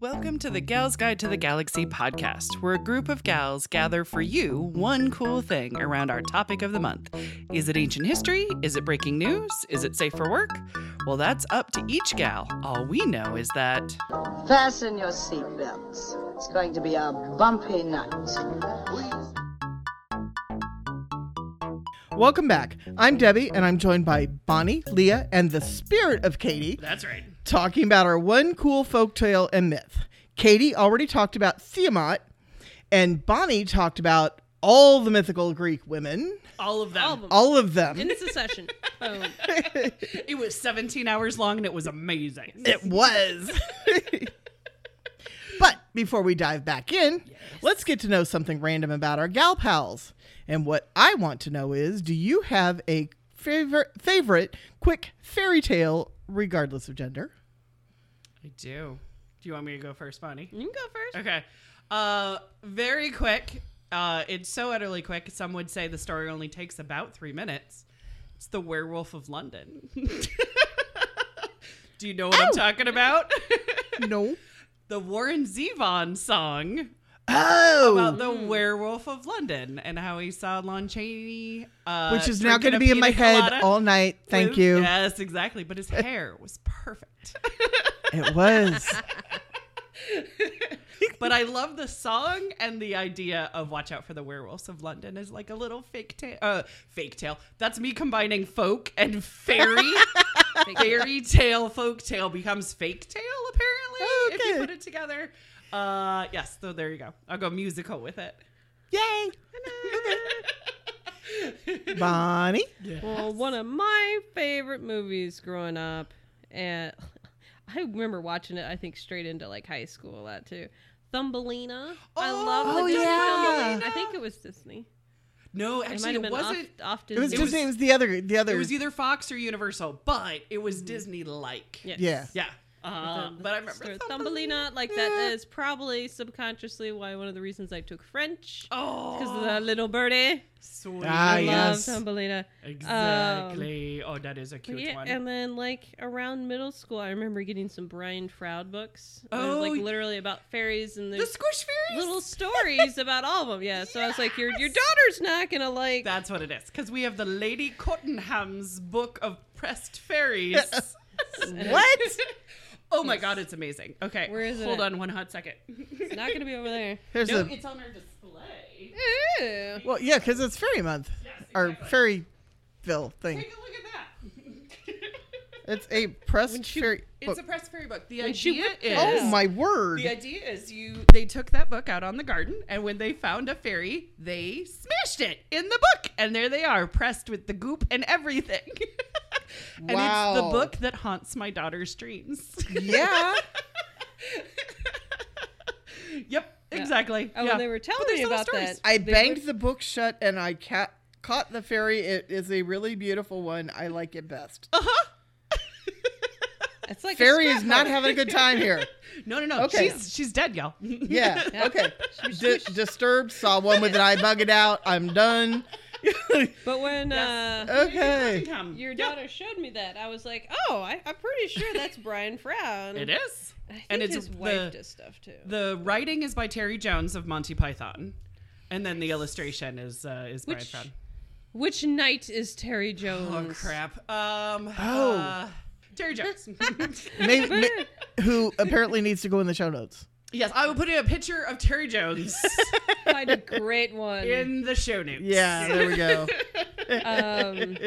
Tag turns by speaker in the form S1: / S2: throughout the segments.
S1: Welcome to the Gals Guide to the Galaxy podcast, where a group of gals gather for you one cool thing around our topic of the month. Is it ancient history? Is it breaking news? Is it safe for work? Well, that's up to each gal. All we know is that.
S2: Fasten your seatbelts. It's going to be a bumpy night.
S3: Welcome back. I'm Debbie, and I'm joined by Bonnie, Leah, and the spirit of Katie,
S1: That's right.
S3: talking about our one cool folktale and myth. Katie already talked about Tiamat, and Bonnie talked about all the mythical Greek women,
S1: All of them.
S3: all of them.
S4: in succession. Boom.
S1: It was 17 hours long and it was amazing.
S3: It was. but before we dive back in, let's get to know something random about our gal pals. And what I want to know is do you have a favorite, favorite quick fairy tale, regardless of gender?
S1: I do. Do you want me to go first, Bonnie?
S4: You can go first.
S1: Okay. Uh, very quick. Uh, it's so utterly quick. Some would say the story only takes about three minutes. It's the Werewolf of London. Do you know what I'm
S3: Oh.
S1: talking about?
S3: No.
S1: the Warren Zevon song
S3: Oh,
S1: about the Werewolf of London and how he saw Lon Chaney, uh,
S3: which is now
S1: drinking
S3: going to
S1: a
S3: be in my
S1: pina
S3: head
S1: colada
S3: all night. Thank
S1: with-
S3: you.
S1: Yes, exactly. But his hair was perfect.
S3: It was.
S1: but I love the song and the idea of "Watch Out for the Werewolves of London" is like a little fake tale. Uh, fake tale. That's me combining folk and fairy. fairy tale, folk tale becomes fake tale. Apparently, if
S3: Okay.
S1: you put it together. Uh, yes. So there you go. I'll go musical with it.
S3: Yay. Bonnie.
S4: Well, one of my favorite movies growing up, and I remember watching it. I think straight into like high school that too. Thumbelina. I love the
S3: Oh,
S4: Disney
S3: yeah.
S4: Thumbelina. I think it was Disney.
S1: No,
S4: It
S1: actually,
S4: might have
S1: it
S4: been off,
S1: wasn't.
S4: off
S3: It
S4: Disney.
S3: was
S1: It
S3: just
S1: was-
S3: it was the other the other
S1: It was either Fox or Universal, but it was
S4: Mm-hmm.
S1: Disney-like.
S4: Yes.
S3: Yeah.
S1: Yeah. Uh,
S4: Um,
S1: but I remember
S4: Thumbelina, like that is probably subconsciously why one of the reasons I took French
S1: Oh,
S4: because of the little birdie.
S1: sweet.
S3: Ah,
S4: I
S3: yes.
S4: love Thumbelina.
S1: Exactly. oh, that is a cute
S4: Um, yeah,
S1: one.
S4: and then like around middle school, I remember getting some Brian Froud books. It
S1: Oh,
S4: was
S1: y-
S4: like literally about fairies and
S1: the
S4: there's
S1: Squish Fairies.
S4: little stories about all of them. Yeah, so I was like, your your daughter's not gonna like.
S1: That's what it is. Because we have the Lady Cottenham's book of pressed fairies.
S3: What?
S1: oh my god, it's amazing. Okay,
S4: Where is it
S1: Hold
S4: at?
S1: on one hot second.
S4: It's not gonna be over there.
S3: There's
S1: no,
S3: a
S1: it's on our display.
S4: Ew.
S3: well, yeah, because it's Fairy Month or Fairyville thing.
S1: Take a look at that.
S3: It's a press fairy.
S1: it's a
S3: book.
S1: pressed fairy book. The
S4: she
S1: idea
S4: whipped
S1: is.
S4: it
S3: oh my word!
S1: The idea is you they took that book out on the garden and when they found a fairy, they smashed it in the book and there they are pressed with the goop and everything. and it's the
S3: Wow.
S1: book that haunts my daughter's dreams.
S3: Yeah.
S1: yep, exactly.
S4: Oh,
S1: yeah.
S4: they were telling
S1: But there's
S4: me
S1: little
S4: about
S1: stories.
S4: that.
S3: I
S4: They
S3: banged the book shut and I ca- caught the fairy. It is a really beautiful one. I like it best.
S1: Oh,
S4: It's like a
S3: fairy is not
S4: scrapbook.
S3: having a good time here.
S1: No, no, no.
S3: Okay.
S1: She's she's dead, y'all.
S3: Yeah. Okay. Di- disturbed. Saw one with an eye bug it out. I'm done.
S4: But when
S1: Yes.
S4: uh,
S3: Okay.
S1: Cottingham.
S4: your daughter showed me that, I was like, oh, I, I'm pretty sure that's Brian Froud.
S1: It is.
S4: I think
S1: And it's
S4: his wife
S1: the-
S4: does stuff too.
S1: The writing is by Terry Jones of Monty Python. And then the illustration is uh, is Brian
S4: Which-
S1: Froud.
S4: Which knight is Terry Jones?
S1: Oh crap. Um
S3: Oh.
S1: uh, Terry Jones.
S3: May- may- who apparently needs to go in the show notes.
S1: yes, I will put in a picture of Terry Jones
S4: Find a great one.
S1: in the show notes.
S3: Yeah. There we go.
S4: Um,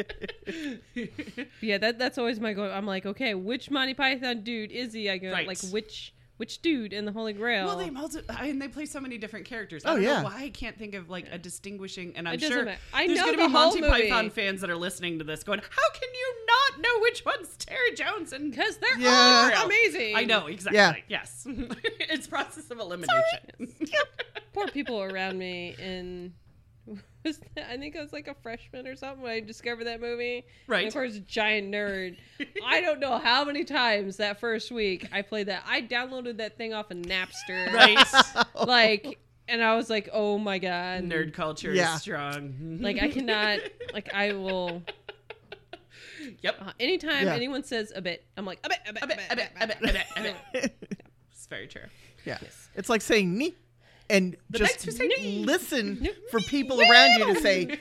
S4: yeah, that that's always my goal. I'm like, okay, which Monty Python dude is he? I go
S1: Right.
S4: like which which dude in the Holy Grail?
S1: Well, they multi- I- and they play so many different characters. I
S3: Oh,
S1: don't
S3: yeah.
S1: know why I can't think of like a distinguishing. And I'm
S4: doesn't
S1: sure
S4: matter. I
S1: there's
S4: know
S1: gonna
S4: the
S1: be
S4: whole
S1: Monty
S4: movie.
S1: Python fans that are listening to this going, "How can you not know which one's Terry Jones?" And
S4: because they're
S3: Yeah.
S4: all amazing.
S1: I know exactly.
S3: Yeah.
S1: Yes, it's process of elimination.
S4: Poor people around me in. Was that, I think I was like a freshman or something when I discovered that movie.
S1: Right.
S4: And of course, giant nerd. I don't know how many times that first week I played that. I downloaded that thing off of Napster.
S1: right.
S4: Like, and I was like, oh my God.
S1: Nerd culture
S3: Yeah.
S1: is strong.
S4: Like I cannot. like I will.
S1: Yep.
S4: Uh, anytime
S3: Yeah.
S4: anyone says a bit, I'm like a bit, a bit,
S1: a bit, a bit, a bit, a bit, a bit. It's very true.
S3: Yeah. It's like saying ni and just
S1: next you say, "Ni."
S3: listen for people around you to say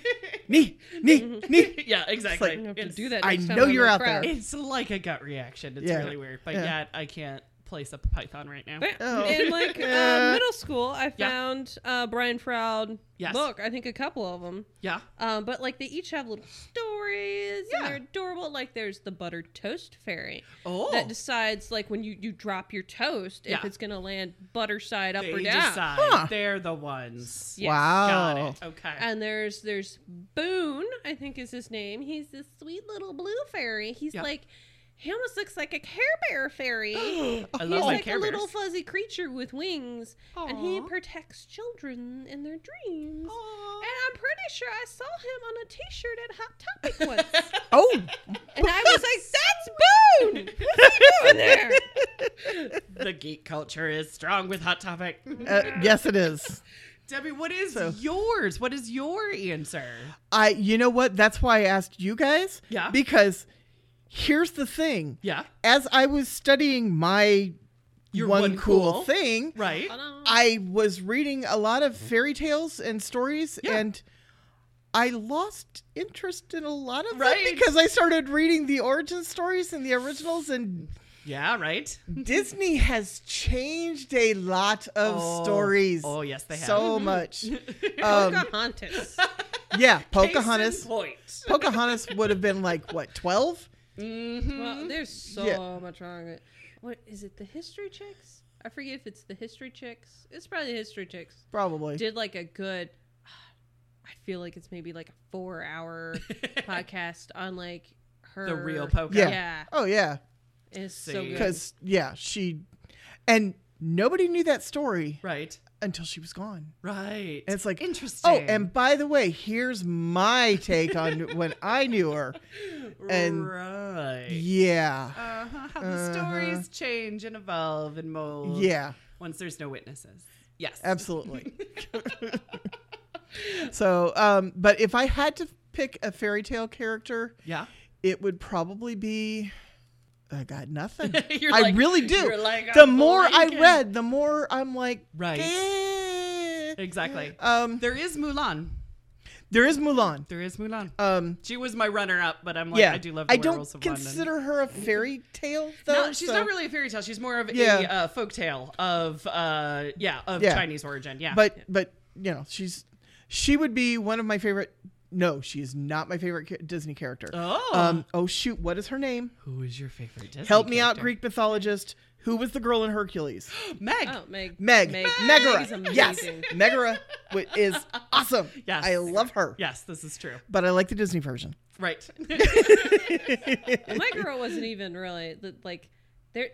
S3: ni ni ni.
S1: yeah, exactly.
S4: I have to
S1: It's-
S4: do that.
S3: I
S4: next time
S3: know
S4: I'm in
S3: you're
S4: a
S3: out there.
S4: crowd.
S1: It's like a gut reaction. It's
S3: Yeah.
S1: really weird, but
S3: Yeah.
S1: yet I can't place a python right now.
S3: Oh.
S4: In like
S3: Yeah.
S4: uh, middle school, I
S1: Yeah.
S4: found uh, Brian Froud
S1: Yes.
S4: book. I think a couple of them.
S1: Yeah.
S4: Um, but like they each have little stories. And
S1: Yeah.
S4: they're adorable. Like there's the buttered toast fairy
S1: Oh,
S4: that decides like when you you drop your toast if
S1: Yeah.
S4: it's gonna land butter side up
S1: they
S4: or down.
S1: decide.
S3: Huh.
S1: They're the ones.
S4: Yes.
S1: Got
S3: Wow.
S1: it. Okay.
S4: And there's there's Boone, I think is his name. He's this sweet little blue fairy. He's
S1: Yep.
S4: like he almost looks like a Care Bear fairy.
S1: I
S4: He's
S1: love my
S4: like
S1: Care
S4: a little
S1: Bears.
S4: fuzzy creature with wings, and he
S1: Aw.
S4: protects children in their dreams.
S1: Aw.
S4: And I'm pretty sure I saw him on a T-shirt at Hot Topic once,
S3: Oh,
S4: and I was like, "That's Boone! What's he doing there?"
S1: the geek culture is strong with Hot Topic.
S3: uh, yes, it is.
S1: Debbie, what is
S3: So-
S1: yours? What is your answer?
S3: I. You know what? That's why I asked you guys.
S1: Yeah.
S3: Because here's the thing.
S1: Yeah.
S3: As I was studying my
S1: Your
S3: one,
S1: one
S3: cool,
S1: cool.
S3: thing,
S1: Right.
S3: I was reading a lot of fairy tales and stories
S1: Yeah.
S3: and I lost interest in a lot of
S1: Right.
S3: them because I started reading the origin stories and the originals and
S1: Yeah, right.
S3: Disney has changed a lot of
S1: Oh.
S3: stories.
S1: Oh, yes, they have.
S3: So much. Um,
S4: Pocahontas.
S3: yeah,
S1: Case in
S3: Pocahontas.
S1: Point.
S3: Pocahontas would have been like what, 12?
S1: Mhm.
S4: Well, there's so
S3: Yeah.
S4: much wrong with it. What is it? The History Chicks? I forget if it's the History Chicks. It's probably the History Chicks.
S3: Probably.
S4: Did like a good. I feel like it's maybe like a four-hour podcast on like her
S1: The real Pokemon.
S3: Yeah.
S4: Yeah,
S3: oh yeah,
S4: it's so
S1: See.
S4: good.
S3: cuz yeah, she and nobody knew that story
S1: Right.
S3: until she was gone.
S1: Right.
S3: And it's like,
S1: interesting.
S3: Oh, and by the way, here's my take on when I knew her. and-
S1: right.
S3: Yeah.
S1: Uh-huh. How the
S3: Uh-huh.
S1: stories change and evolve and mold.
S3: Yeah,
S1: Once there's no witnesses. Yes.
S3: absolutely. so, um, but if I had to pick a fairy tale character,
S1: Yeah.
S3: it would probably be. I got nothing.
S1: You're
S3: I
S1: like-
S3: really do.
S1: you're like,
S3: the
S1: I'm
S3: more I
S1: blanking.
S3: read, the more I'm like,
S1: Right.
S3: eh.
S1: Exactly.
S3: Um,
S1: There is Mulan.
S3: there is Mulan.
S1: There is Mulan.
S3: Um,
S1: She was my runner-up, but I'm like,
S3: yeah,
S1: I do love. The
S3: I don't
S1: Werewolves of London.
S3: consider her a fairy tale though.
S1: No, she's
S3: so-
S1: not really a fairy tale. She's more of
S3: Yeah.
S1: a uh, folk tale of, uh, yeah, of
S3: Yeah.
S1: Chinese origin. Yeah,
S3: but but you know she's she would be one of my favorite no she is not my favorite ca- disney character
S1: Oh.
S3: um oh shoot what is her name
S1: who is your favorite? Disney
S3: help me out
S1: character?
S3: greek mythologist who was the girl in hercules
S1: Meg.
S4: Oh, Meg.
S3: meg
S4: Meg. Meg is
S3: megara yes
S4: amazing.
S3: megara wi- is awesome
S1: Yes.
S3: i love her
S1: Yes, this is true.
S3: but i like the disney version
S1: Right.
S4: My girl wasn't even really the, like there.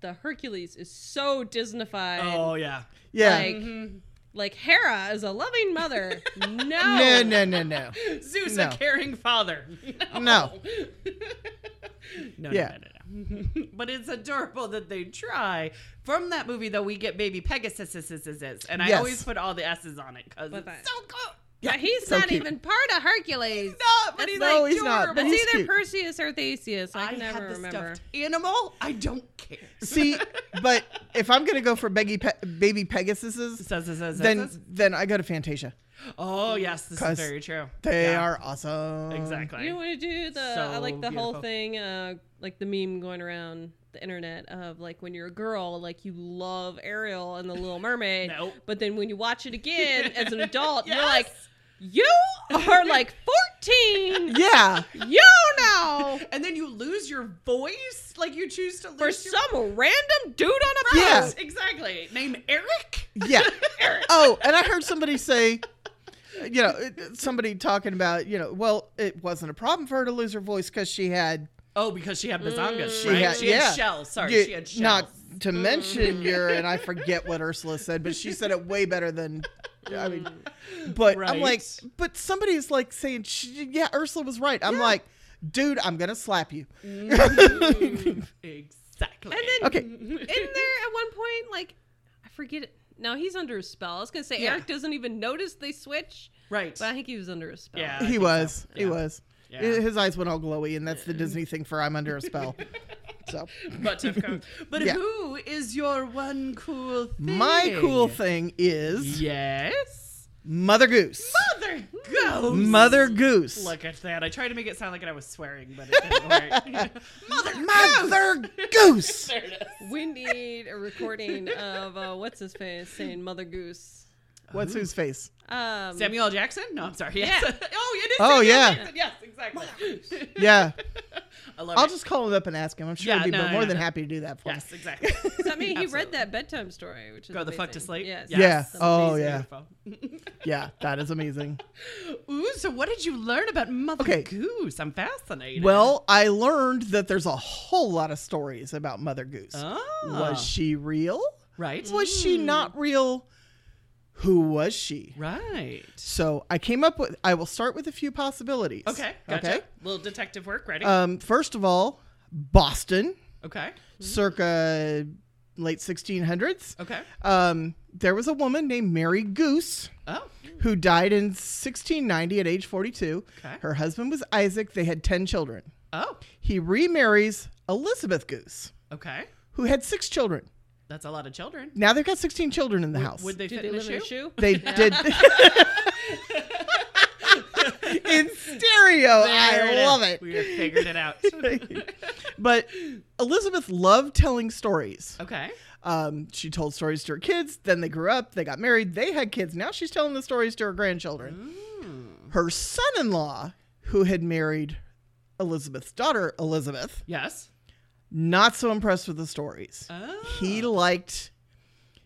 S4: The Hercules is so Disneyfied.
S1: oh yeah.
S3: yeah
S4: Like, like Hera is a loving mother.
S3: no
S4: no,
S3: no no no
S1: Zeus,
S3: No.
S1: a caring father. No.
S3: no
S1: No,
S3: Yeah.
S1: no, no, no, no. but it's adorable that they try. From that movie, though, we get baby Pegasus, and I
S3: Yes.
S1: always put all the S's on it because
S4: But
S1: it's
S4: that-
S1: so cool.
S4: But he's
S3: so
S4: not
S3: cute.
S4: even part of Hercules.
S1: No, but
S4: That's
S1: he's
S4: like-
S3: no he's not but
S4: It's
S3: he's
S4: either
S3: cute.
S4: Perseus or Theseus. I,
S1: I
S4: can
S1: had
S4: never
S1: the
S4: remember.
S1: stuffed animal. I don't care.
S3: see but if i'm gonna go for Beggy Pe- baby pegasus's
S1: Says, says, says,
S3: then
S1: says.
S3: then i go to fantasia
S1: Oh yes, this
S3: 'Cause
S1: is very true.
S3: They
S1: Yeah,
S3: are awesome.
S1: exactly.
S4: You want to do the I
S1: So
S4: like the
S1: beautiful.
S4: whole thing, uh, like the meme going around the internet of like when you're a girl, like you love Ariel and the Little Mermaid,
S1: Nope.
S4: but then when you watch it again as an adult, you're
S1: Yes.
S4: like, you are like 14.
S3: Yeah.
S4: You know,
S1: and then you lose your voice, like you choose to lose
S4: for
S1: your
S4: some random dude on a
S3: Yeah.
S4: bus.
S1: Yes, exactly. Name Eric.
S3: Yeah. oh, and I heard somebody say, you know, it- somebody talking about, you know, well, it wasn't a problem for her to lose her voice because she had,
S1: Oh, because she had
S4: Mm.
S1: bazongas,
S3: She
S1: right?
S3: had-
S1: she
S3: yeah.
S1: had shells. Sorry,
S3: you-
S1: she had shells. Mm-hmm.
S3: not to mention your, and I forget what Ursula said, but she said it way better than. I mean, but I'm like,
S1: Mm. Right.
S3: but somebody's like saying, she, yeah, Ursula was right. I'm like, dude, I'm gonna slap you.
S1: Mm. exactly.
S4: And then
S3: Okay,
S4: in there at one point, like I forget it. No, he's under a spell. I was gonna say
S1: Yeah.
S4: Eric doesn't even notice they switch,
S1: right.
S4: but I think he was under a spell.
S1: Yeah. I
S3: he
S1: think
S3: was,
S1: so.
S3: he
S1: Yeah.
S3: was.
S1: Yeah.
S3: His eyes went all glowy, and that's the Disney thing for I'm under a spell. So
S1: But tough coat. But
S3: Yeah.
S1: who you is your one cool thing.
S3: My cool thing is
S1: Yes.
S3: Mother Goose.
S1: Mother goes.
S3: Mother Goose.
S1: Look at that. I tried to make it sound like I was swearing, but it didn't work. Mother
S3: Mother Goose.
S4: We need a recording of uh, what's his face saying Mother Goose.
S3: What's whose face?
S4: Um,
S1: Samuel L. Jackson? No, I'm sorry. Yes.
S4: Yeah.
S1: oh, it is.
S3: Oh,
S1: Samuel
S3: yeah.
S1: Jackson. Yes, Oh exactly.
S3: Yeah.
S1: I love
S3: I'll
S1: it.
S3: just call him up and ask him. I'm sure
S1: Yeah,
S3: he'd be
S1: no,
S3: more
S1: yeah.
S3: than happy to do that for us.
S1: Yes, exactly.
S4: so, I mean, he
S1: Absolutely.
S4: read that bedtime story, which is
S1: Go the fuck to
S4: amazing.
S1: sleep.
S4: Yes.
S3: Yeah.
S4: That's
S3: Oh,
S4: amazing.
S3: yeah.
S1: Beautiful.
S3: Yeah, that is amazing.
S1: Ooh, so what did you learn about Mother
S3: Okay.
S1: Goose? I'm fascinated.
S3: Well, I learned that there's a whole lot of stories about Mother Goose.
S1: Oh.
S3: Was she real?
S1: right?
S3: Was she not real? Who was she?
S1: mm. Right.
S3: So I came up with, I will start with a few possibilities.
S1: Okay. Uh, Gotcha. Little detective work. Ready?
S3: Um, first of all, Boston,
S1: okay.
S3: Mm-hmm. circa late 1600s.
S1: Okay.
S3: Um, there was a woman named Mary Goose
S1: Oh.
S3: who died in 1690 at age 42.
S1: Okay.
S3: Her husband was Isaac. They had 10 children.
S1: Oh.
S3: He remarries Elizabeth Goose,
S1: Okay.
S3: who had six children.
S1: That's a lot of children.
S3: Now they've got 16 children in the house.
S1: Would they fit
S4: Did they
S1: in,
S4: live
S1: a
S4: in a
S1: shoe?
S4: shoe?
S3: They did. in stereo.
S1: There
S3: I
S1: is.
S3: love it.
S1: We have figured it out.
S3: But Elizabeth loved telling stories.
S1: okay.
S3: Um, she told stories to her kids. Then they grew up. They got married. They had kids. Now she's telling the stories to her grandchildren.
S1: Mm.
S3: Her son in law, who had married Elizabeth's daughter, Elizabeth,
S1: Yes.
S3: not so impressed with the stories.
S1: Oh.
S3: He liked.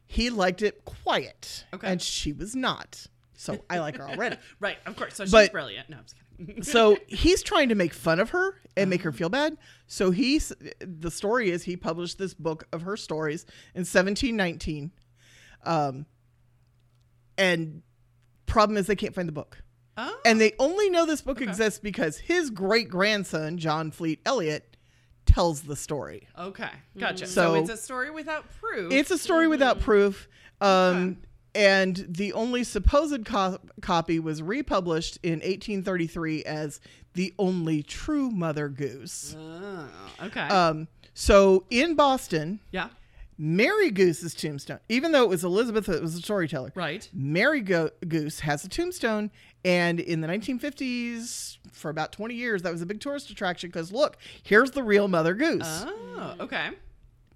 S3: He liked it quiet,
S1: Okay.
S3: and she was not. So I like her already.
S1: Right. Of course. So she's
S3: But-
S1: brilliant. No, I'm just kidding.
S3: so he's trying to make fun of her and make her feel bad. So he's the story is he published this book of her stories in 1719, um, and problem is they can't find the book,
S1: Oh.
S3: and they only know this book exists because his great grandson John Fleet Elliott tells the story.
S1: Okay. Gotcha.
S3: So-
S1: Mm. So, it's a story without proof.
S3: It's a story without proof. Um, And the only supposed co- copy was republished in 1833 as the only true Mother Goose.
S1: Oh, okay.
S3: Um, so in Boston,
S1: yeah.
S3: Mary Goose's tombstone, even though it was Elizabeth that was a storyteller,
S1: Right.
S3: Mary Go- Goose has a tombstone. And in the 1950s, for about 20 years, that was a big tourist attraction because look, here's the real Mother Goose.
S1: Oh. Okay.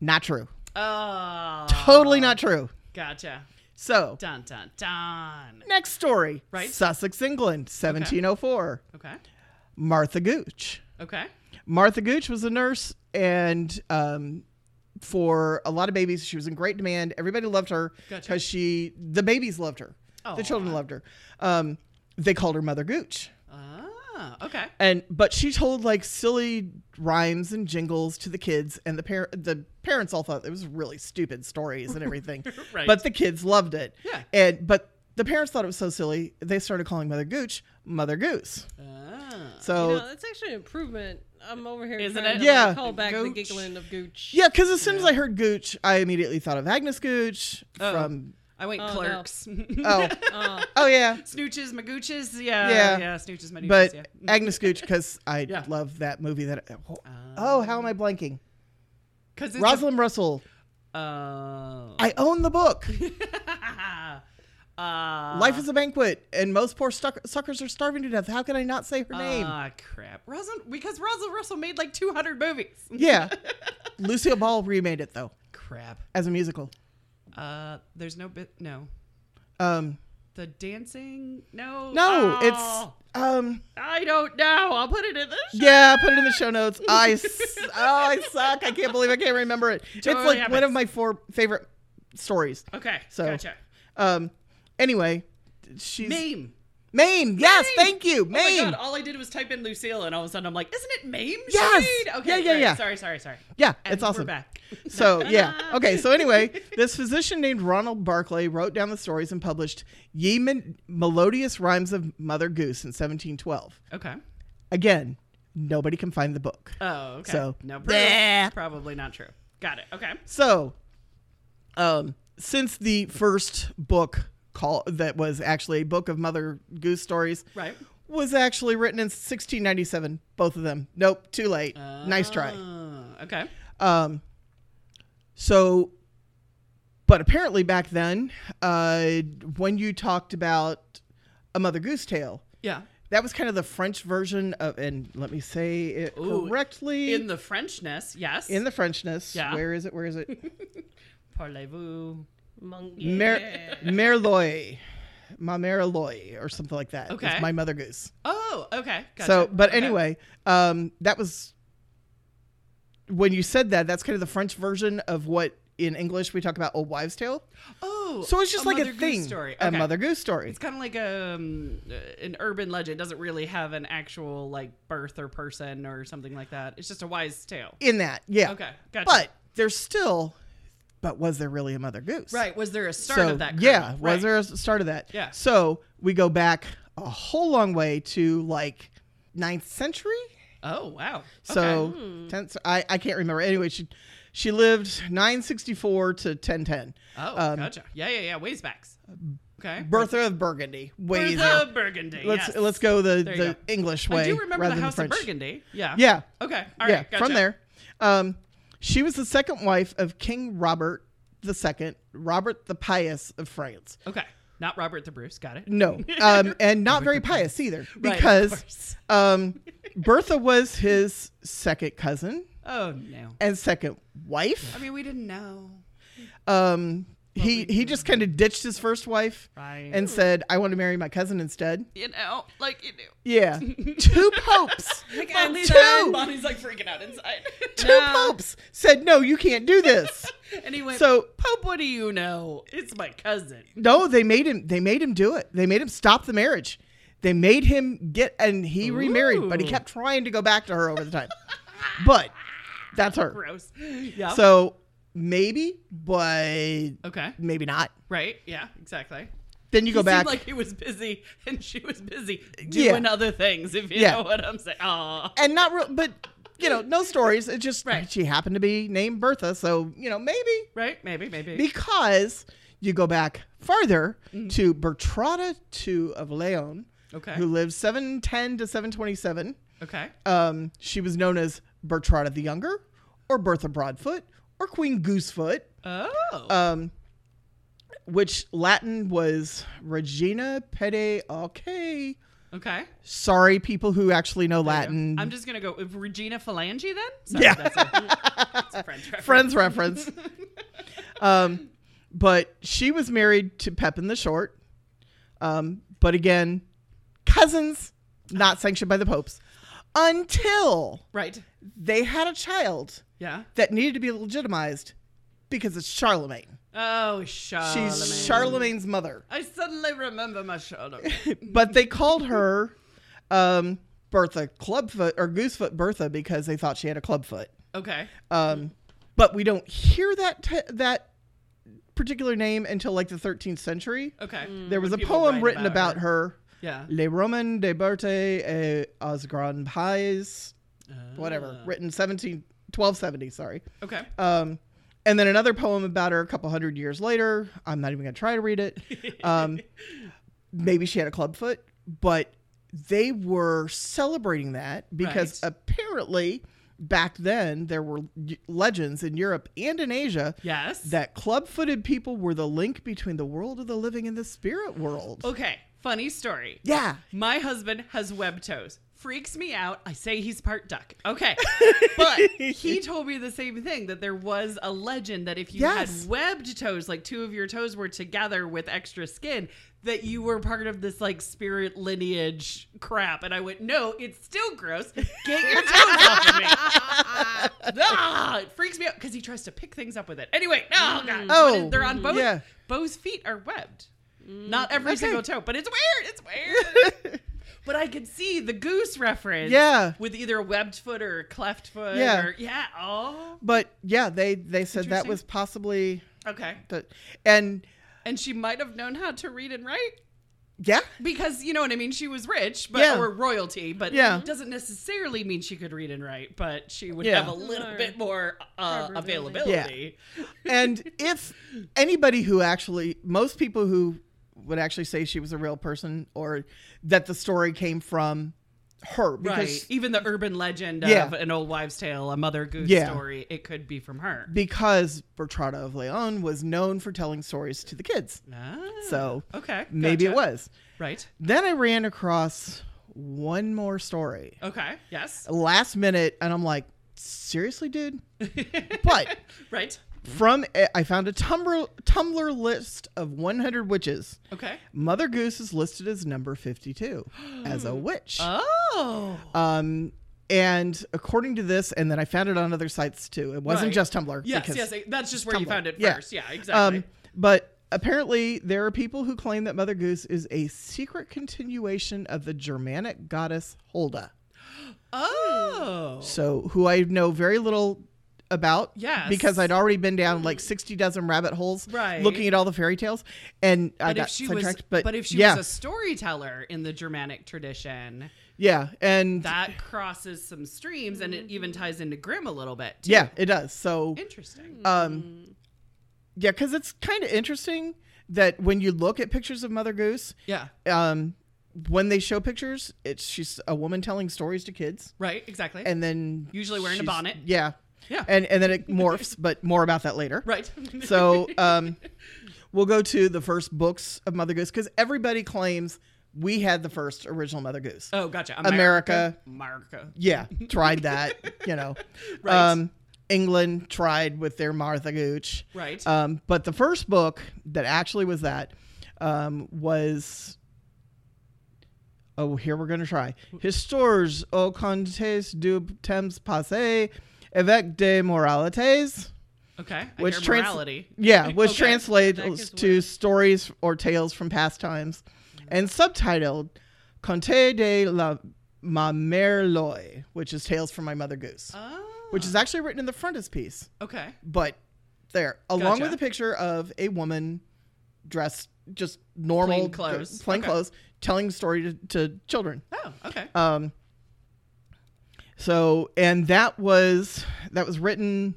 S3: Not true.
S1: Oh.
S3: Totally not true.
S1: Gotcha.
S3: So,
S1: Dun dun dun.
S3: next story
S1: Right.
S3: Sussex, England, 1704.
S1: Okay.
S3: Martha Gooch.
S1: Okay.
S3: Martha Gooch was a nurse, and um, for a lot of babies, she was in great demand. Everybody loved her because
S1: Gotcha.
S3: she, the babies loved her, the children loved her. Um, they called her Mother Gooch,
S1: Oh. Okay.
S3: and but she told like silly rhymes and jingles to the kids, and the par- the parents all thought it was really stupid stories and everything,
S1: Right.
S3: but the kids loved it.
S1: Yeah.
S3: and but. The parents thought it was so silly. They started calling Mother Gooch Mother Goose.
S1: Oh.
S3: So
S4: You know, that's actually an improvement. I'm over here
S1: Isn't
S4: trying
S1: it?
S4: to
S3: Yeah.
S4: like, call back the
S1: Gooch.
S4: giggling of Gooch.
S3: Yeah, because as soon as I heard Gooch, I immediately thought of Agnes Gooch
S1: Oh.
S3: from
S1: I went
S4: Oh, no.
S1: clerks.
S3: oh oh yeah,
S1: Snooches, my gooches. Yeah.
S3: Yeah.
S1: Yeah. Snooches, my
S3: but
S1: yeah.
S3: Agnes Gooch because I
S1: Yeah.
S3: love that movie. That oh how am I blanking?
S1: Because it's.
S3: Rosalind Russell.
S1: a- oh.
S3: I own the book.
S1: Uh,
S3: Life is a banquet, and most poor stuck- suckers are starving to death. How can I not say her name?
S1: Ah, crap. Rosalind, because Rosalind Russell made like 200 movies.
S3: Yeah, Lucille Ball remade it though
S1: Crap.
S3: as a musical.
S1: Uh, there's no bit. No.
S3: Um,
S1: The dancing? No.
S3: no,
S1: Oh,
S3: it's um
S1: I don't know. I'll put it in the show.
S3: yeah. Put it in the show notes. I s- oh I suck. I can't believe I can't remember it. It's
S1: Totally
S3: like one
S1: happens.
S3: of my four favorite stories.
S1: Okay.
S3: So-
S1: Gotcha.
S3: Um. Anyway, she's Maine.
S1: Mame.
S3: yes,
S1: Mame!
S3: thank you,
S1: Oh my
S3: Maine.
S1: god! All I did was type in Lucille, and all of a sudden I'm like, "Isn't it Mame?"
S3: Yes!
S1: Shade? Okay.
S3: Yeah, yeah,
S1: great.
S3: yeah.
S1: Sorry, sorry, sorry.
S3: yeah,
S1: And
S3: it's awesome.
S1: We're back.
S3: So yeah, okay. So anyway, this physician named Ronald Barclay wrote down the stories and published "Ye Men- Melodious Rhymes of Mother Goose" in 1712.
S1: Okay.
S3: Again, nobody can find the book.
S1: Oh, okay.
S3: So,
S1: no, proof.
S3: bleh.
S1: probably not true. Got it. Okay.
S3: So, um, since the first book call that was actually a book of Mother Goose stories,
S1: Right.
S3: was actually written in 1697.
S1: Oh.
S3: Both of them. Nope, too late. nice try.
S1: Uh, okay.
S3: Um, So, but apparently back then, uh, when you talked about a Mother Goose Tale,
S1: Yeah.
S3: that was kind of the French version of, and let me say it
S1: Ooh,
S3: correctly.
S1: In the Frenchness, yes.
S3: in the Frenchness.
S1: Yeah.
S3: Where is it? Where is it?
S1: Parlez-vous.
S4: Monkey.
S3: Mer- Merloy. Ma Merloy or something like that. It's
S1: Okay.
S3: my Mother Goose.
S1: Oh, okay. Gotcha.
S3: So, but
S1: Okay.
S3: anyway, um, that was when you said that. That's kind of the French version of what in English we talk about old wives' tale.
S1: Oh,
S3: So it's just
S1: a
S3: like
S1: Mother
S3: a
S1: Goose
S3: thing,
S1: Story.
S3: a
S1: Okay.
S3: Mother Goose story.
S1: It's kind of like um, uh, an urban legend. Doesn't really have an actual like birth or person or something like that. It's just a wise tale.
S3: In that, yeah.
S1: Okay, gotcha.
S3: But there's still, but was there really a Mother Goose?
S1: right, was there a start
S3: so,
S1: of that? Curve?
S3: Yeah, was
S1: Right.
S3: there a start of that?
S1: Yeah.
S3: So we go back a whole long way to like ninth century.
S1: Oh wow.
S3: So tenth, I, I can't remember. Anyway, she she lived 964 to 1010.
S1: Oh,
S3: um, uh,
S1: gotcha. Yeah, yeah, yeah. Ways bys. Okay.
S3: Bertha of Burgundy. Way
S1: Bertha
S3: easier.
S1: of Burgundy.
S3: Let's
S1: yes.
S3: let's go the,
S1: There you
S3: the
S1: go.
S3: English way.
S1: I do remember
S3: rather
S1: the
S3: than
S1: House of
S3: French.
S1: Burgundy. Yeah.
S3: Yeah.
S1: Okay. All right.
S3: yeah. From
S1: gotcha.
S3: there, um, she was the second wife of King Robert II, Robert the Pious of France.
S1: Okay. Not Robert the Bruce. Got it.
S3: No, um, and not very pious either,
S1: Right, of
S3: because
S1: course.
S3: um, Bertha was his second cousin
S1: Oh no.
S3: and second wife.
S1: I mean, we didn't know.
S3: Um, he he just kind of ditched his first wife
S1: Right.
S3: and said, "I want to marry my cousin instead."
S1: You know, like you knew.
S3: Yeah, two popes.
S4: Like, at least
S3: two.
S1: Bonnie's like freaking out inside.
S3: two popes said no you can't do this
S1: anyway,
S3: so
S1: Pope, what do you know? It's my cousin.
S3: no they made him they made him do it they made him stop the marriage they made him get and he remarried but he
S1: Ooh.
S3: kept trying to go back to her over the time but that's her
S1: Gross. Yeah.
S3: so maybe but
S1: okay.
S3: maybe not
S1: Right. Yeah. Exactly.
S3: then you go
S1: he
S3: back
S1: Seemed like he was busy, and she was busy
S3: Yeah.
S1: doing other things. If you
S3: Yeah.
S1: know what I'm saying. Aw.
S3: and not real but you know no stories it just
S1: Right.
S3: she happened to be named bertha so you know maybe
S1: Right. Maybe. Maybe.
S3: because you go back farther to Bertrada II of
S1: Mm.
S3: Leon,
S1: Okay.
S3: who lived 710 to 727.
S1: okay.
S3: Um, she was known as Bertrada the Younger, or Bertha Broadfoot, or Queen Goosefoot,
S1: Oh.
S3: um, which Latin was Regina Pede Alcae.
S1: okay.
S3: Sorry, people who actually know Latin.
S1: I'm just gonna go with Regina Phalange then. Sorry,
S3: Yeah.
S1: That's a, that's a French reference.
S3: Friends reference. um, but she was married to Pepin the Short. Um, but again, cousins, not sanctioned by the popes, until
S1: Right.
S3: they had a child
S1: Yeah.
S3: that needed to be legitimized because it's Charlemagne.
S1: Oh, Charlemagne.
S3: She's Charlemagne's mother.
S1: I suddenly remember my Charlemagne.
S3: But they called her um, Bertha Clubfoot or Goosefoot Bertha because they thought she had a clubfoot.
S1: okay.
S3: Um, but we don't hear that t- that particular name until like the 13th century.
S1: Okay.
S3: There was
S1: Oh, When
S3: a
S1: people
S3: poem
S1: write
S3: written about, her,
S1: Yeah.
S3: Les Romains de Berthe et aux Grands Pays,
S1: Ah.
S3: whatever, written 17, 1270, sorry.
S1: Okay.
S3: Um, and then another poem about her a couple hundred years later. I'm not even going to try to read it. Um, maybe she had a clubfoot, but they were celebrating that because
S1: Right.
S3: apparently back then there were y- legends in Europe and in Asia
S1: yes.
S3: that club-footed people were the link between the world of the living and the spirit world.
S1: okay. Funny story.
S3: Yeah.
S1: My husband has web toes. Freaks me out. I say he's part duck. Okay. but he told me the same thing that there was a legend that if you
S3: Yes.
S1: had webbed toes, like two of your toes were together with extra skin, that you were part of this like spirit lineage crap. And I went, no, it's still gross. Get your toes off of me. ah, it freaks me out because he tries to pick things up with it. Anyway, oh, God.
S3: Oh,
S1: But they're on both.
S3: yeah. Mm.
S1: Both feet are webbed. Not every
S3: Okay.
S1: single toe, but it's weird. It's weird. But I could see the goose reference.
S3: Yeah.
S1: With either a webbed foot or a cleft foot.
S3: Yeah.
S1: Or, yeah. Oh.
S3: But yeah, they they said that
S1: Interesting.
S3: was possibly
S1: Okay.
S3: the and
S1: And she might have known how to read and write
S3: yeah,
S1: because you know what I mean. She was rich, but
S3: Yeah.
S1: or royalty, but
S3: Yeah.
S1: doesn't necessarily mean she could read and write. But she would
S3: Yeah.
S1: have a little bit more uh,
S4: Proper
S1: availability.
S3: and if anybody who actually most people who would actually say she was a real person or that the story came from her because e,
S1: right. Even the urban legend
S3: Yeah.
S1: of an old wives' tale, a mother goose
S3: Yeah.
S1: story, it could be from her.
S3: because Bertrada of Leon was known for telling stories to the kids.
S1: Ah,
S3: So
S1: okay,
S3: maybe it
S1: gotcha.
S3: was.
S1: right.
S3: Then I ran across one more story.
S1: Okay, yes,
S3: Last minute and I'm like, seriously, dude? but
S1: right.
S3: from eh, I found a Tumblr Tumblr list of 100 witches.
S1: Okay.
S3: Mother Goose is listed as number 52 as a witch.
S1: Oh,
S3: Um, and according to this, and then I found it on other sites too. It wasn't
S1: Oh, Right.
S3: just Tumblr.
S1: yes,
S3: because-
S1: yes. eh, That's just where you
S3: Tumblr.
S1: found it
S3: Yeah.
S1: first. Yeah, exactly.
S3: Um, but apparently, there are people who claim that Mother Goose is a secret continuation of the Germanic goddess Holda.
S1: oh,
S3: So, who I know very little about.
S1: Yes.
S3: Because I'd already been down like 60 dozen rabbit holes
S1: Right.
S3: looking at all the fairy tales. And I
S1: but
S3: got
S1: if she was,
S3: sidetracked. but,
S1: if she
S3: yeah,
S1: was a storyteller in the Germanic tradition,
S3: Yeah. And
S1: that crosses some streams, and it even ties into Grimm a little bit. Too.
S3: yeah, it does. So,
S1: Interesting.
S3: um, yeah, because it's kind of interesting that when you look at pictures of Mother Goose,
S1: yeah.
S3: um, when they show pictures, it's she's a woman telling stories to kids,
S1: Right. Exactly.
S3: and then
S1: Usually wearing a
S3: she's-
S1: bonnet.
S3: Yeah,
S1: Yeah.
S3: and and then it morphs, but more about that later.
S1: right.
S3: So, um, we'll go to the first books of Mother Goose because everybody claims we had the first original Mother Goose.
S1: oh, gotcha.
S3: America.
S1: America.
S3: Yeah, tried that, you know.
S1: Right.
S3: Um, England tried with their Martha Gooch.
S1: Right.
S3: Um, but the first book that actually was that um, was. Oh, here we're going to try. Histoires au Contes du Temps Passé, Évêque des Moralités.
S1: okay. I
S3: which
S1: hear
S3: trans-
S1: morality.
S3: Yeah, which
S1: Okay.
S4: That is
S3: translates to
S4: weird. Mm-hmm.
S3: stories or tales from past times and subtitled Conte de la Ma Merloy, which is Tales from My Mother Goose,
S1: Oh.
S3: which
S4: Ah.
S3: is actually written in the frontispiece.
S1: Okay.
S3: But there, along
S1: Gotcha.
S3: with a picture of a woman dressed just normal
S1: Plain clothes.
S3: plain
S1: Okay.
S3: clothes, telling the story to, to children.
S1: Oh, okay.
S3: Um, so and that was that was written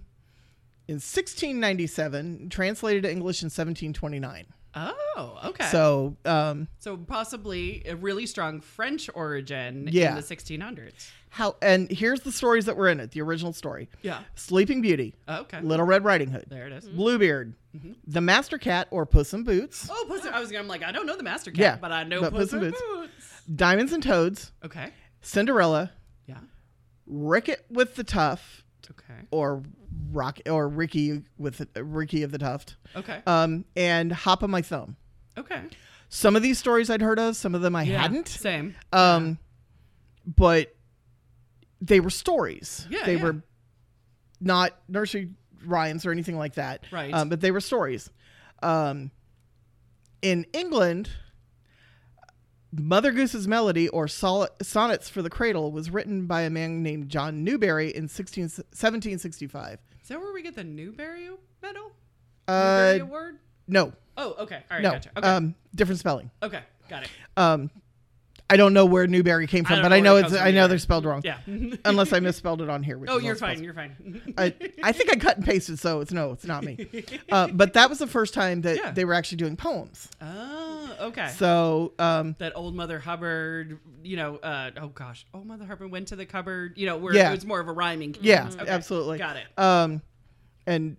S3: in 1697, translated to English in 1729.
S1: oh, okay. So,
S3: So um,
S1: possibly a really strong French origin
S3: Yeah.
S1: in the 1600s.
S3: how and here's the stories that were in it. The original story:
S1: Yeah.
S3: Sleeping Beauty,
S1: Oh, Okay.
S3: Little Red Riding Hood,
S1: there Mm-hmm. it is.
S3: Bluebeard, the Master Cat or Puss in Boots,
S1: Oh, Puss! I was gonna. I'm like, I don't know the Master Cat,
S3: Yeah,
S1: but I know
S3: but
S1: Puss,
S3: Puss in
S1: in
S3: Boots.
S1: Boots.
S3: Diamonds and Toads,
S1: Okay.
S3: Cinderella,
S1: Yeah.
S3: Ricket with the Tuft,
S1: Okay.
S3: or Rock or Ricky with Ricky of the Tuft,
S1: Okay.
S3: um, and Hop on My Thumb.
S1: okay.
S3: Some of these stories I'd heard of, some of them I
S1: Yeah,
S3: hadn't.
S1: Same.
S3: Um, but they were stories.
S1: Yeah,
S3: they
S1: yeah.
S3: were not nursery rhymes or anything like that.
S1: Right.
S3: Um, but they were stories. Um, in England, Mother Goose's Melody or Sol- Sonnets for the Cradle was written by a man named John Newberry in 16, 1765.
S1: Is that where we get the Newbery Medal?
S3: Uh,
S1: Newbery Award?
S3: no,
S1: Oh, okay. All right.
S3: no,
S1: Gotcha. Okay.
S3: um, different spelling.
S1: okay. Got it.
S3: Um, I don't know where Newberry came from,
S1: don't
S3: but
S1: know
S3: I
S1: where
S3: know
S1: it
S3: it's
S1: comes
S3: I
S1: from
S3: know
S1: either.
S3: they're spelled wrong.
S1: Yeah.
S3: Unless I misspelled it on here. Which
S1: oh,
S3: is
S1: you're
S3: also
S1: fine.
S3: possible.
S1: You're fine.
S3: I, I think I cut and pasted, so it's no, it's not me. Uh, but that was the first time that
S1: Yeah.
S3: they were actually doing poems.
S1: oh, okay.
S3: So um,
S1: that old Mother Hubbard, you know, uh, oh gosh, old Mother Hubbard went to the cupboard, you know, where
S3: Yeah.
S1: it was more of a rhyming.
S3: yeah,
S1: cadence. Mm, Okay,
S3: absolutely.
S1: Got it.
S3: Um, and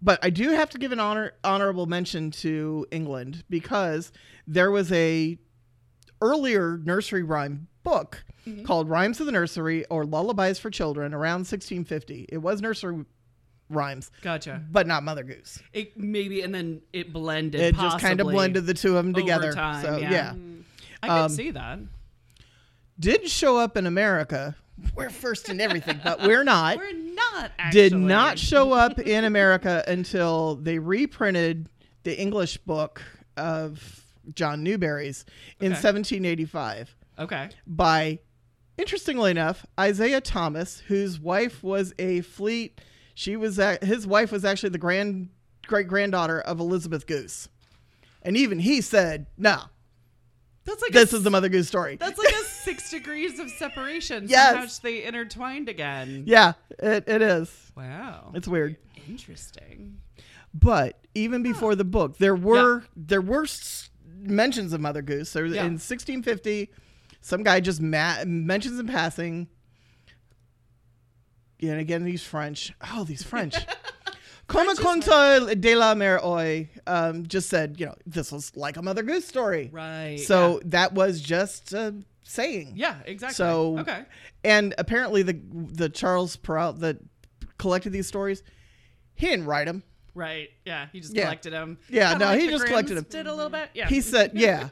S3: but I do have to give an honor honorable mention to England because there was a earlier nursery rhyme book
S1: Mm-hmm.
S3: called Rhymes of the Nursery or Lullabies for Children around 1650. It was nursery rhymes,
S1: Gotcha.
S3: but not Mother Goose.
S1: It maybe, and then it blended.
S3: It just kind of
S1: possibly.
S3: blended the two of them together.
S1: time,
S3: so
S1: yeah. Mm.
S3: yeah.
S1: I can
S3: um,
S1: see that.
S3: did show up in America. We're first in everything, but we're not.
S1: We're not actually.
S3: did not show up in America until they reprinted the English book of John Newberry's in
S1: Okay.
S3: 1785
S1: Okay.
S3: by, interestingly enough, Isaiah Thomas, whose wife was a fleet. She was a, his wife was actually the grand great granddaughter of Elizabeth Goose, and even he said, "No,
S1: That's like
S3: this
S1: a,
S3: is the Mother Goose story."
S1: That's like a six degrees of separation.
S3: Yes.
S1: Somehow they intertwined again.
S3: yeah, it, it is.
S1: Wow.
S3: It's weird.
S1: interesting.
S3: But even before the book, there were there were s- mentions of Mother Goose. There was
S1: Yeah.
S3: in 1650, 1750, Some guy just ma- mentions in passing. Yeah, and again, he's French. Oh, these French. Comme Console de la Mer Oy um, just said, you know, this was like a Mother Goose story.
S1: Right.
S3: So that was just a saying.
S1: yeah, exactly.
S3: So
S1: okay.
S3: and apparently the the Charles Perrault that collected these stories, he didn't write them.
S1: Right. Yeah. He just
S3: Yeah.
S1: collected them.
S3: Yeah,
S1: Kinda
S3: no,
S1: like
S3: he
S1: the
S3: just
S1: Grimms
S3: collected 'em.
S1: Did a little bit. Yeah.
S3: He said, yeah,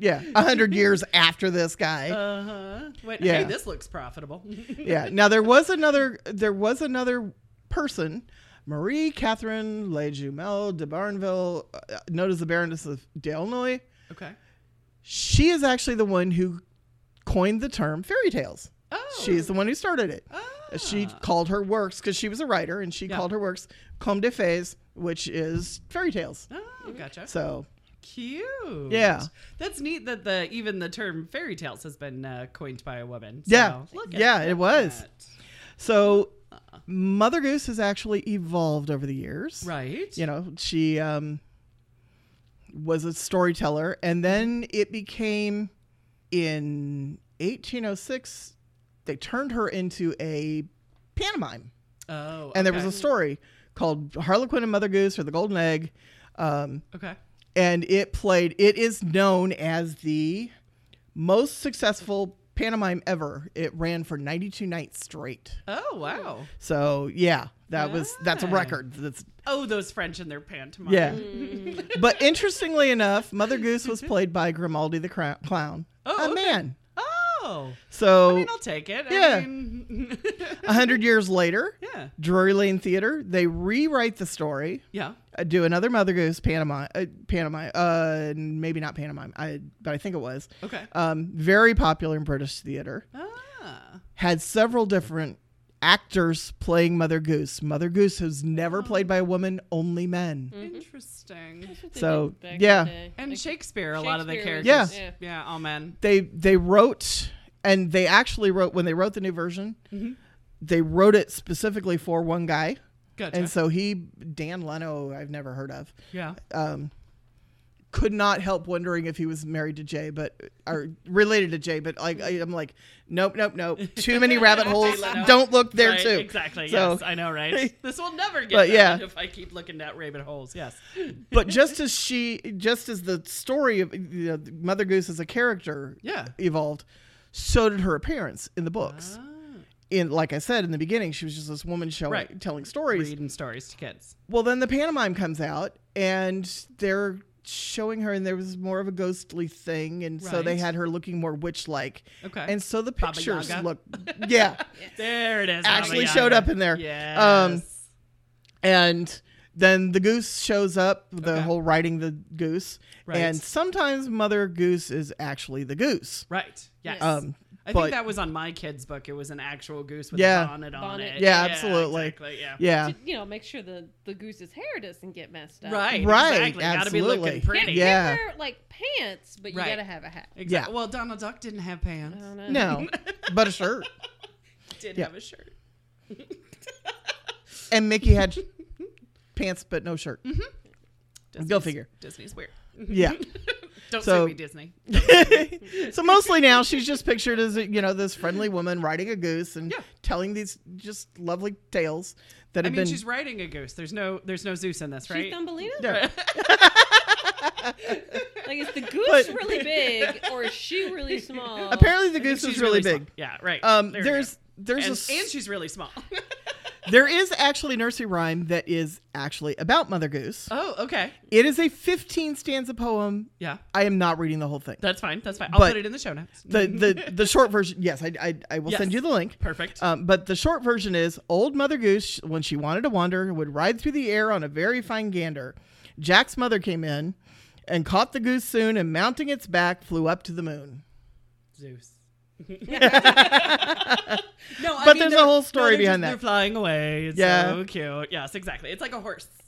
S3: yeah, a hundred years after this guy.
S1: Uh huh. Wait.
S3: Yeah.
S1: Hey, this looks profitable.
S3: yeah. Now there was another there was another person, Marie Catherine Lejumel de Barneville, uh, known as the Baroness of Delnoy.
S1: okay.
S3: She is actually the one who coined the term fairy tales.
S1: Oh.
S3: She's the one who started it.
S1: Ah.
S3: She called her works because she was a writer, and she
S1: Yeah.
S3: called her works "Comme des Fées," which is fairy tales.
S1: Oh, gotcha.
S3: So
S1: Cute.
S3: Yeah.
S1: That's neat that the even the term fairy tales has been uh, coined by a woman. So,
S3: Yeah.
S1: Look at
S3: Yeah, it was.
S1: that.
S3: So Mother Goose has actually evolved over the years.
S1: Uh-uh. Right.
S3: You know, she um, was a storyteller, and then it became in 1806, they turned her into a pantomime.
S1: Oh.
S3: And there was
S1: okay.
S3: a story called Harlequin and Mother Goose or the Golden Egg. Um,
S1: Okay.
S3: and it played it is known as the most successful pantomime ever it ran for 92 nights straight
S1: Oh wow.
S3: so yeah that was that's a
S1: Ah.
S3: record that's
S1: Oh, those French and their pantomime.
S3: yeah
S1: Hmm.
S3: but interestingly enough mother goose was played by grimaldi the Crow- clown
S1: Oh,
S3: a
S1: okay.
S3: man
S1: Oh. I
S3: so
S1: mean, I'll take it.
S3: Yeah.
S1: I mean,
S3: a 100 years later
S1: yeah.
S3: drury lane theater they rewrite the story
S1: Yeah.
S3: uh, do another mother goose pantomime uh, pantomime uh maybe not pantomime i but i think it was
S1: Okay.
S3: um, very popular in British theater,
S1: ah.
S3: had several different actors playing Mother Goose. Mother Goose who's never played by a woman, only men.
S4: Mm-hmm.
S1: Interesting.
S4: That's what they
S3: So,
S4: did back in
S3: yeah.
S4: the day.
S1: And
S4: Like,
S1: Shakespeare, a lot of the
S4: Shakespeare was-
S1: characters.
S3: Yeah.
S4: yeah.
S1: Yeah. Oh man.
S3: They they wrote and they actually wrote when they wrote the new version, they wrote it specifically for one guy.
S1: Gotcha.
S3: And so he Dan Leno, I've never heard of.
S1: yeah.
S3: Um could not help wondering if he was married to Jay, but or related to Jay, but like I, I'm like, nope, nope, nope. Too many rabbit holes.
S1: Leno.
S3: Don't look there
S1: Right,
S3: too.
S1: Exactly.
S3: So-
S1: yes, I know, right? This will never get
S3: But,
S1: that
S3: yeah.
S1: if I keep looking at rabbit holes. Yes.
S3: but just as she just as the story of you know, mother goose as a character
S1: Yeah.
S3: evolved so did her appearance in the books
S1: Ah.
S3: in like i said in the beginning she was just this woman showing
S1: Right.
S3: telling stories
S1: Reading stories to kids.
S3: well then the pantomime comes out and they're showing her and there was more of a ghostly thing and so they
S1: Right.
S3: had her looking more witch like
S1: Okay.
S3: and so the
S1: Baba
S3: pictures
S1: Yaga.
S3: look yeah
S1: There it is.
S3: actually
S1: Baba
S3: showed
S1: Yaga.
S3: up in there Um,
S1: Yes.
S3: and then the goose shows up the
S1: Okay.
S3: whole riding the goose
S1: Right.
S3: and sometimes mother goose is actually the goose
S1: right. Yes.
S4: Yes.
S3: um
S1: I
S3: but-
S1: think that was on my kid's book. It was an actual goose with
S3: Yeah.
S1: a bonnet on
S4: Bonnet.
S1: it.
S3: Yeah, absolutely.
S1: Exactly. Yeah.
S3: yeah
S4: To, you know, make sure the the goose's hair doesn't get messed up.
S1: Right.
S3: Right,
S1: Exactly. Gotta be
S3: absolutely.
S1: looking pretty.
S4: You
S3: Yeah.
S4: can wear like pants, but you
S1: Right.
S4: gotta have a hat.
S1: Exactly.
S3: Yeah.
S1: Well, Donald Duck didn't have
S4: I
S1: pants.
S4: don't know.
S3: no but a shirt
S1: Uh, Did
S3: Yeah.
S1: have a shirt.
S3: and mickey had pants but no shirt
S1: Disney's-
S3: figure.
S1: Disney's weird.
S3: yeah
S1: Don't
S3: So-
S1: sue me, Disney.
S3: so mostly now she's just pictured as you know this friendly woman riding a goose and
S1: Yeah.
S3: telling these just lovely tales that
S1: I
S3: have
S1: mean,
S3: been
S1: she's riding a goose. There's no, there's no Zeus in this,
S4: She's
S1: right?
S4: Thumbelina?
S3: Yeah.
S4: Like, is the goose
S3: But-
S4: really big or is she really small?
S3: apparently
S1: I
S3: the
S1: think
S3: goose
S1: she's
S3: is really,
S1: small.
S3: big
S1: Yeah, right.
S3: um
S1: There we go.
S3: there's there's
S1: and,
S3: a s-
S1: and she's really small.
S3: there is actually nursery rhyme that is actually about mother goose
S1: oh, okay.
S3: It is a 15 stanza poem.
S1: Yeah,
S3: I am not reading the whole thing.
S1: that's fine. That's fine. I'll
S3: But-
S1: put it in the show notes.
S3: The the the short version. Yes, I I, I will
S1: Yes.
S3: send you the link.
S1: Perfect.
S3: Um, but the short version is: Old Mother Goose, when she wanted to wander, would ride through the air on a very fine gander. Jack's mother came in, and caught the goose soon, and mounting its back, flew up to the moon.
S1: Zeus. no, I
S3: But
S1: mean,
S3: there's a
S1: they're-
S3: whole story
S1: they're
S3: behind
S1: just-
S3: that.
S1: They're flying away. It's
S3: Yeah.
S1: so cute. Yes, exactly. It's like a horse.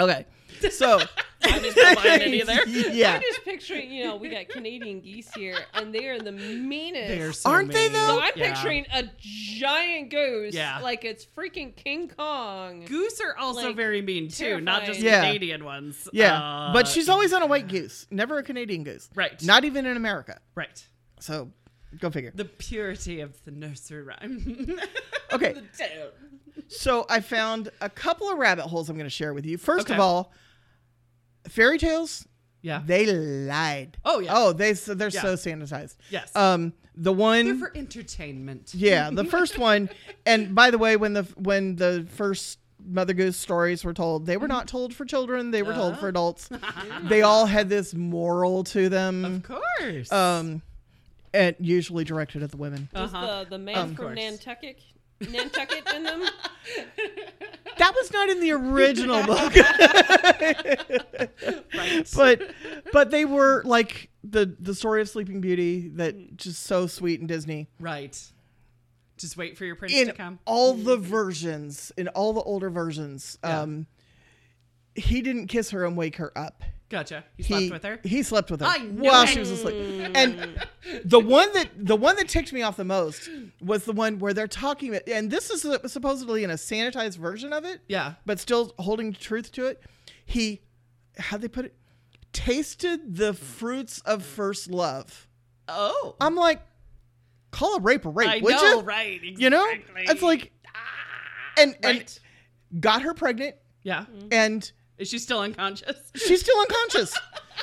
S3: Okay, so
S1: I just don't mind any of there.
S3: yeah,
S4: I'm just picturing, you know, we got Canadian geese here and they are the meanest.
S1: They're so
S3: Aren't they,
S1: mean.
S3: though?
S4: so I'm
S1: Yeah.
S4: picturing a giant goose
S1: Yeah.
S4: like it's freaking King Kong.
S1: Goose are also
S4: Like,
S1: very mean too, not just
S3: terrifying. Yeah.
S1: Canadian ones.
S3: yeah.
S1: Uh,
S3: but she's always on a white goose, never a Canadian goose.
S1: Right.
S3: Not even in America.
S1: right.
S3: So Go figure.
S1: The purity of the nursery rhyme.
S3: Okay.
S1: the tale.
S3: So I found a couple of rabbit holes I'm going to share with you. First of
S1: Okay.
S3: all, fairy tales,
S1: Yeah.
S3: they lied.
S1: Oh, yeah.
S3: Oh, they so they're so
S1: Yeah.
S3: sanitized.
S1: Yes.
S3: Um the one
S1: They're for entertainment.
S3: Yeah, the first one and by the way when the when the first Mother Goose stories were told, they were not told for children, they were told
S1: Uh-huh.
S3: for adults. they all had this moral to
S1: Of
S3: them.
S1: course.
S3: Um and usually directed at the women.
S4: Was
S1: Uh-huh.
S4: the, the man
S1: Of
S4: from
S1: course.
S4: Nantucket, Nantucket in them?
S3: That was not in the original book.
S1: right.
S3: but but they were like the the story of Sleeping Beauty that just so sweet in Disney.
S1: right. Just wait for your prince to
S3: In
S1: come. Mm-hmm.
S3: all the versions, in all the older versions,
S1: Yeah.
S3: um, he didn't kiss her and wake her up.
S1: Gotcha. You slept
S3: He
S1: with her?
S3: He slept with her
S1: I knew
S3: while
S1: it. Mm.
S3: she was asleep. And the one that the one that ticked me off the most was the one where they're talking about, and this is supposedly in a sanitized version of it.
S1: Yeah.
S3: but still holding truth to it. He, how they put it, tasted the fruits of first love.
S1: Oh.
S3: I'm like, call a rape a rape,
S1: I
S3: would
S1: know,
S3: you?
S1: right?
S3: You know,
S1: exactly. Ah,
S3: it's like, and
S1: Right. Mm-hmm.
S3: and got her pregnant,
S1: Yeah.
S3: and
S1: Is she still unconscious?
S3: she's still unconscious.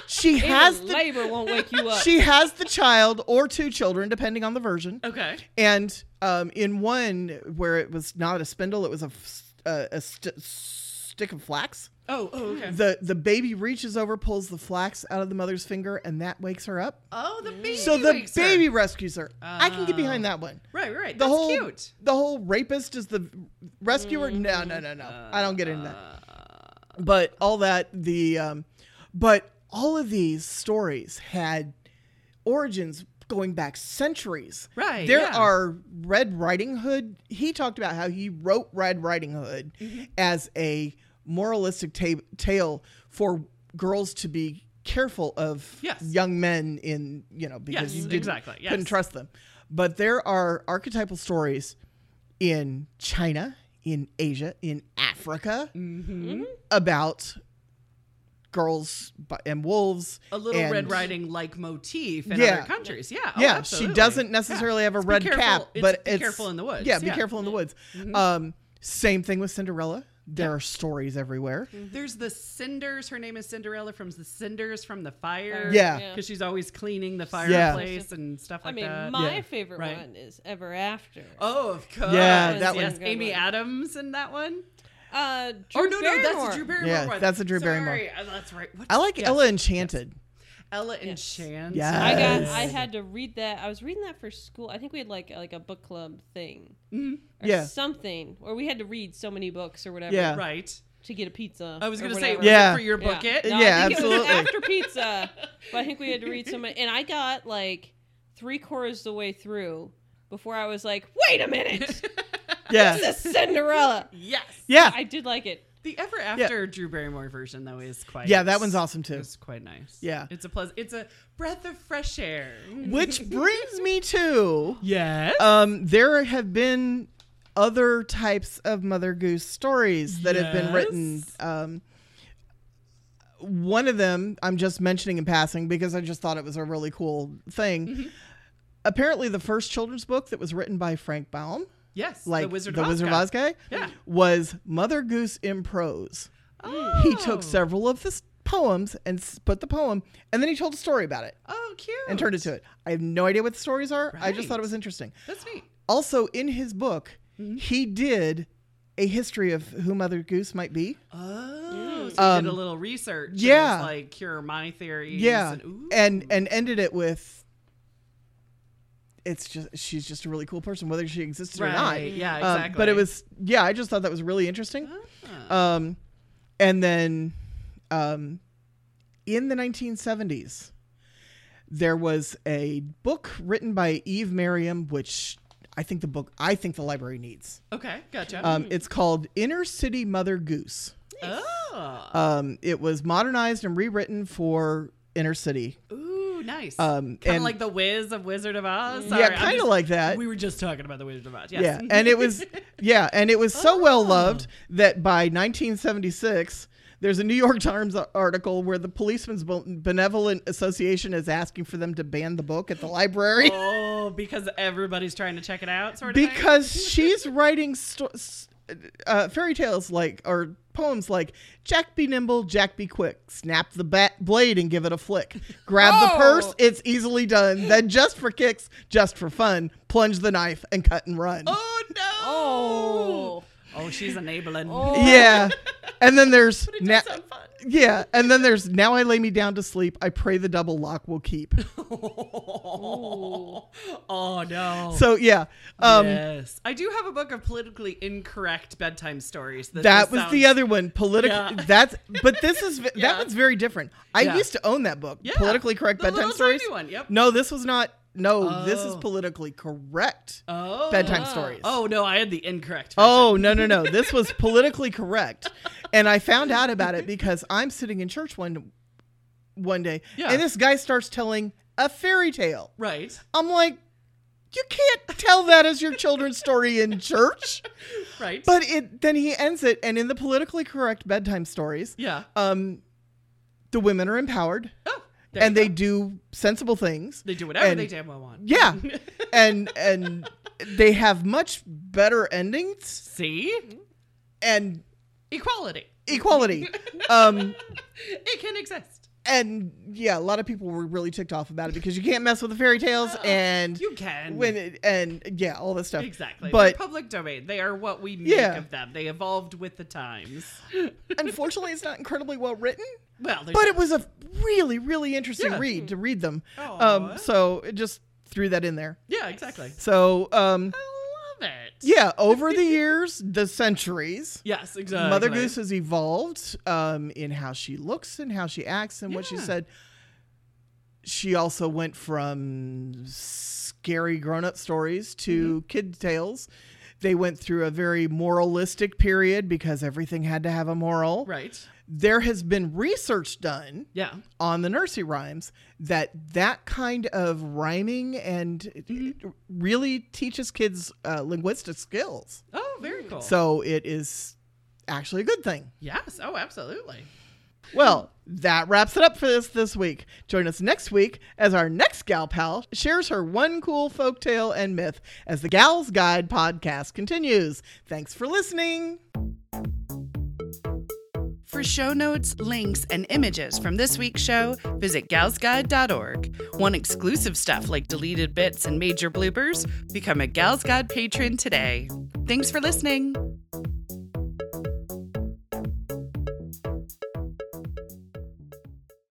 S3: she has
S4: Even
S3: the
S4: labor won't wake you up.
S3: she has the child or two children, depending on the version.
S1: Okay.
S3: And um, in one where it was not a spindle, it was a, f- a, a st- stick of flax.
S1: Oh, oh, okay.
S3: the the baby reaches over, pulls the flax out of the mother's finger, and that wakes her up.
S1: oh, the baby.
S3: So the
S1: wakes her. Oh.
S3: baby rescues her. I can get behind that one.
S1: Right, right.
S3: The
S1: That's
S3: whole
S1: cute.
S3: the whole rapist is the rescuer. No, no, no, no. I don't get into that.
S1: Uh,
S3: But all that the, um, but all of these stories had origins going back centuries.
S1: Right,
S3: There
S1: yeah.
S3: are Red Riding Hood. He talked about how he wrote Red Riding Hood
S1: Mm-hmm.
S3: as a moralistic ta- tale for girls to be careful of
S1: Yes.
S3: young men in you know
S1: Yes,
S3: because you didn't,
S1: exactly, yes.
S3: couldn't trust them. But there are archetypal stories in China, in Asia, in Africa
S1: Mm-hmm.
S3: Mm-hmm. about girls bu- and wolves.
S1: A little
S3: and-
S1: Red Riding like motif in
S3: Yeah.
S1: other countries. Yeah. oh,
S3: yeah, she
S1: absolutely.
S3: doesn't necessarily
S1: Yeah.
S3: have a
S1: Just be
S3: red
S1: careful.
S3: cap,
S1: It's-
S3: but
S1: be
S3: it's
S1: careful in the woods. Mm-hmm.
S3: Yeah, be careful in the woods. Um, same thing with Cinderella. There are stories everywhere.
S1: There's the cinders. Her name is Cinderella from the cinders from the fire.
S3: Yeah.
S4: Yeah.
S1: Because she's always cleaning the
S3: Yeah.
S1: fireplace and stuff
S4: I
S1: like
S4: mean,
S1: that.
S4: my
S3: Yeah.
S4: favorite
S1: Right.
S4: one is Ever After.
S1: Oh, of course.
S3: Yeah, that
S1: yes.
S3: one's a
S4: good
S1: Amy
S4: one.
S1: Adams in that one.
S4: Uh,
S1: Oh
S4: Drew
S1: no, no, that's
S4: Barrymore.
S1: a Drew Barrymore
S3: Yeah,
S1: one.
S3: that's a Drew
S1: Sorry.
S3: Barrymore.
S1: Uh, That's right. What's
S3: I like
S1: yes.
S3: Ella Enchanted.
S1: Ella and
S4: Yes.
S1: Shan.
S3: Yeah.
S4: I got.
S3: Yes.
S4: I had to read that. I was reading that for school. I think we had like like a book club thing,
S1: Mm-hmm.
S4: or
S3: Yeah.
S4: something, or we had to read so many books or whatever
S3: Yeah.
S1: Right.
S4: to get a pizza.
S1: I was
S4: or
S1: gonna say
S4: whatever.
S1: was it
S3: Yeah.
S1: for your
S4: Yeah.
S1: bucket.
S4: No,
S3: Yeah,
S4: I think
S3: absolutely.
S4: It was after pizza, but I think we had to read so many, and I got like three quarters the way through before I was like, "Wait a minute,
S3: Yeah,
S4: this is Cinderella."
S1: Yes.
S3: yeah,
S4: I did like it.
S1: The ever after Drew Barrymore version though is quite
S3: yeah. That one's awesome too.
S1: It's quite nice.
S3: Yeah.
S1: It's a pleasant it's a breath of fresh air.
S3: Which brings me to
S1: Yes.
S3: um, there have been other types of Mother Goose stories that have been written.
S1: Yes.
S3: Um, one of them I'm just mentioning in passing because I just thought it was a really cool thing.
S1: Mm-hmm.
S3: Apparently, the first children's book that was written by Frank Baum,
S1: yes.
S3: like
S1: the Wizard of Oz. guy.
S3: guy,
S1: Yeah.
S3: was Mother Goose in prose.
S1: Oh.
S3: He took several of the s- poems and s- put the poem, and then he told a story about it
S1: Oh cute.
S3: and turned it to it. I have no idea what the stories are. I just
S1: Right.
S3: thought it was interesting.
S1: That's neat.
S3: Also, in his book,
S1: Mm-hmm.
S3: he did a history of who Mother Goose might be.
S1: Oh, so you
S3: Um,
S1: did a little research. and
S3: yeah.
S1: it's like cure my theories.
S3: yeah,
S1: and, ooh.
S3: and and ended it with. It's just she's just a really cool person, whether she existed or not.
S1: Right, yeah,
S3: Um, but
S1: exactly. Ah.
S3: it was yeah, I just thought that was really interesting. Um, and then, um, in the 1970s, there was a book written by Eve Merriam, which I think the book I think the library needs.
S1: okay, gotcha.
S3: Um, it's called Inner City Mother Goose.
S1: oh,
S3: Um, it was modernized and rewritten for Inner City.
S1: ooh, nice.
S3: Um,
S1: kind
S3: and-
S1: of like the Wiz of Wizard of Oz.
S3: yeah,
S1: Sorry, I'm
S3: kind of
S1: just-
S3: like that.
S1: We were just talking about the Wizard of Oz. Yes.
S3: yeah,
S1: Oh.
S3: and it was yeah, and it was so well loved that by 1976 There's a New York Times article where the Policeman's Benevolent Association is asking for them to ban the book at the library.
S1: Oh, because everybody's trying to check it out, sort of. thing?
S3: because she's writing sto- s- uh, fairy tales like or poems like Jack be nimble, Jack be quick, snap the bat blade and give it a flick, grab
S1: Oh.
S3: the purse, it's easily done. Then just for kicks, just for fun, plunge the knife and cut and run.
S1: Oh no!
S5: Oh.
S1: Oh, she's enabling.
S3: Yeah, and then there's na-
S1: That sound fun.
S3: yeah, and then there's now I lay me down to sleep. I pray the double lock will keep.
S1: Oh, no.
S3: So yeah, um,
S1: yes. I do have a book of politically incorrect bedtime stories.
S3: that
S1: just
S3: was
S1: sounds-
S3: the other one political
S1: Yeah.
S3: that's but this is that
S1: Yeah.
S3: one's very different i
S1: Yeah.
S3: used to own that book
S1: Yeah.
S3: politically correct
S1: The
S3: bedtime
S1: little
S3: stories
S1: tiny one, yep.
S3: no this was not no this is
S1: Oh.
S3: politically correct
S1: Oh.
S3: bedtime stories
S1: Oh no, I had the incorrect. version.
S3: Oh, no, no, no. This was politically correct. And I found out about it because I'm sitting in church one one day
S1: Yeah.
S3: and this guy starts telling a fairy tale.
S1: right,
S3: I'm like, you can't tell that as your children's story in church.
S1: right.
S3: But it then he ends it and in the politically correct bedtime stories,
S1: yeah.
S3: um the women are empowered
S1: Oh, there
S3: and
S1: you
S3: they
S1: go.
S3: do sensible things
S1: they do whatever
S3: and-
S1: they damn well want.
S3: yeah and and they have much better endings
S1: See,
S3: Mm-hmm. and
S1: equality.
S3: equality um
S1: It can exist.
S3: and yeah a lot of people were really ticked off about it because you can't mess with the fairy tales and
S1: Uh, You can.
S3: when it, and yeah all this stuff
S1: exactly. They're
S3: but
S1: public domain. They are what we make
S3: Yeah.
S1: of them. They evolved with the times.
S3: unfortunately it's not incredibly well written
S1: Well, there's
S3: but it was a really really interesting
S1: Yeah.
S3: read to read them
S1: Aw.
S3: um so it just threw that in there
S1: yeah, exactly.
S3: so um
S1: I love it.
S3: Yeah, over the years, the centuries,
S1: Yes, exactly.
S3: Mother Goose has evolved um, in how she looks and how she acts and what she
S1: Yeah.
S3: said. She also went from scary grown up stories to
S1: Mm-hmm.
S3: kid tales. They went through a very moralistic period because everything had to have a moral.
S1: Right.
S3: There has been research done
S1: Yeah.
S3: on the nursery rhymes that that kind of rhyming and
S1: Mm-hmm.
S3: really teaches kids uh, linguistic skills.
S1: Oh, very cool.
S3: Mm. So it is actually a good thing.
S1: yes. Oh, absolutely.
S3: Well, that wraps it up for this this week. Join us next week as our next gal pal shares her one cool folk tale and myth as the Gals Guide podcast continues. Thanks for listening.
S6: For show notes, links, and images from this week's show, visit galsguide.org. Want exclusive stuff like deleted bits and major bloopers? Become a Gals Guide patron today. Thanks for listening.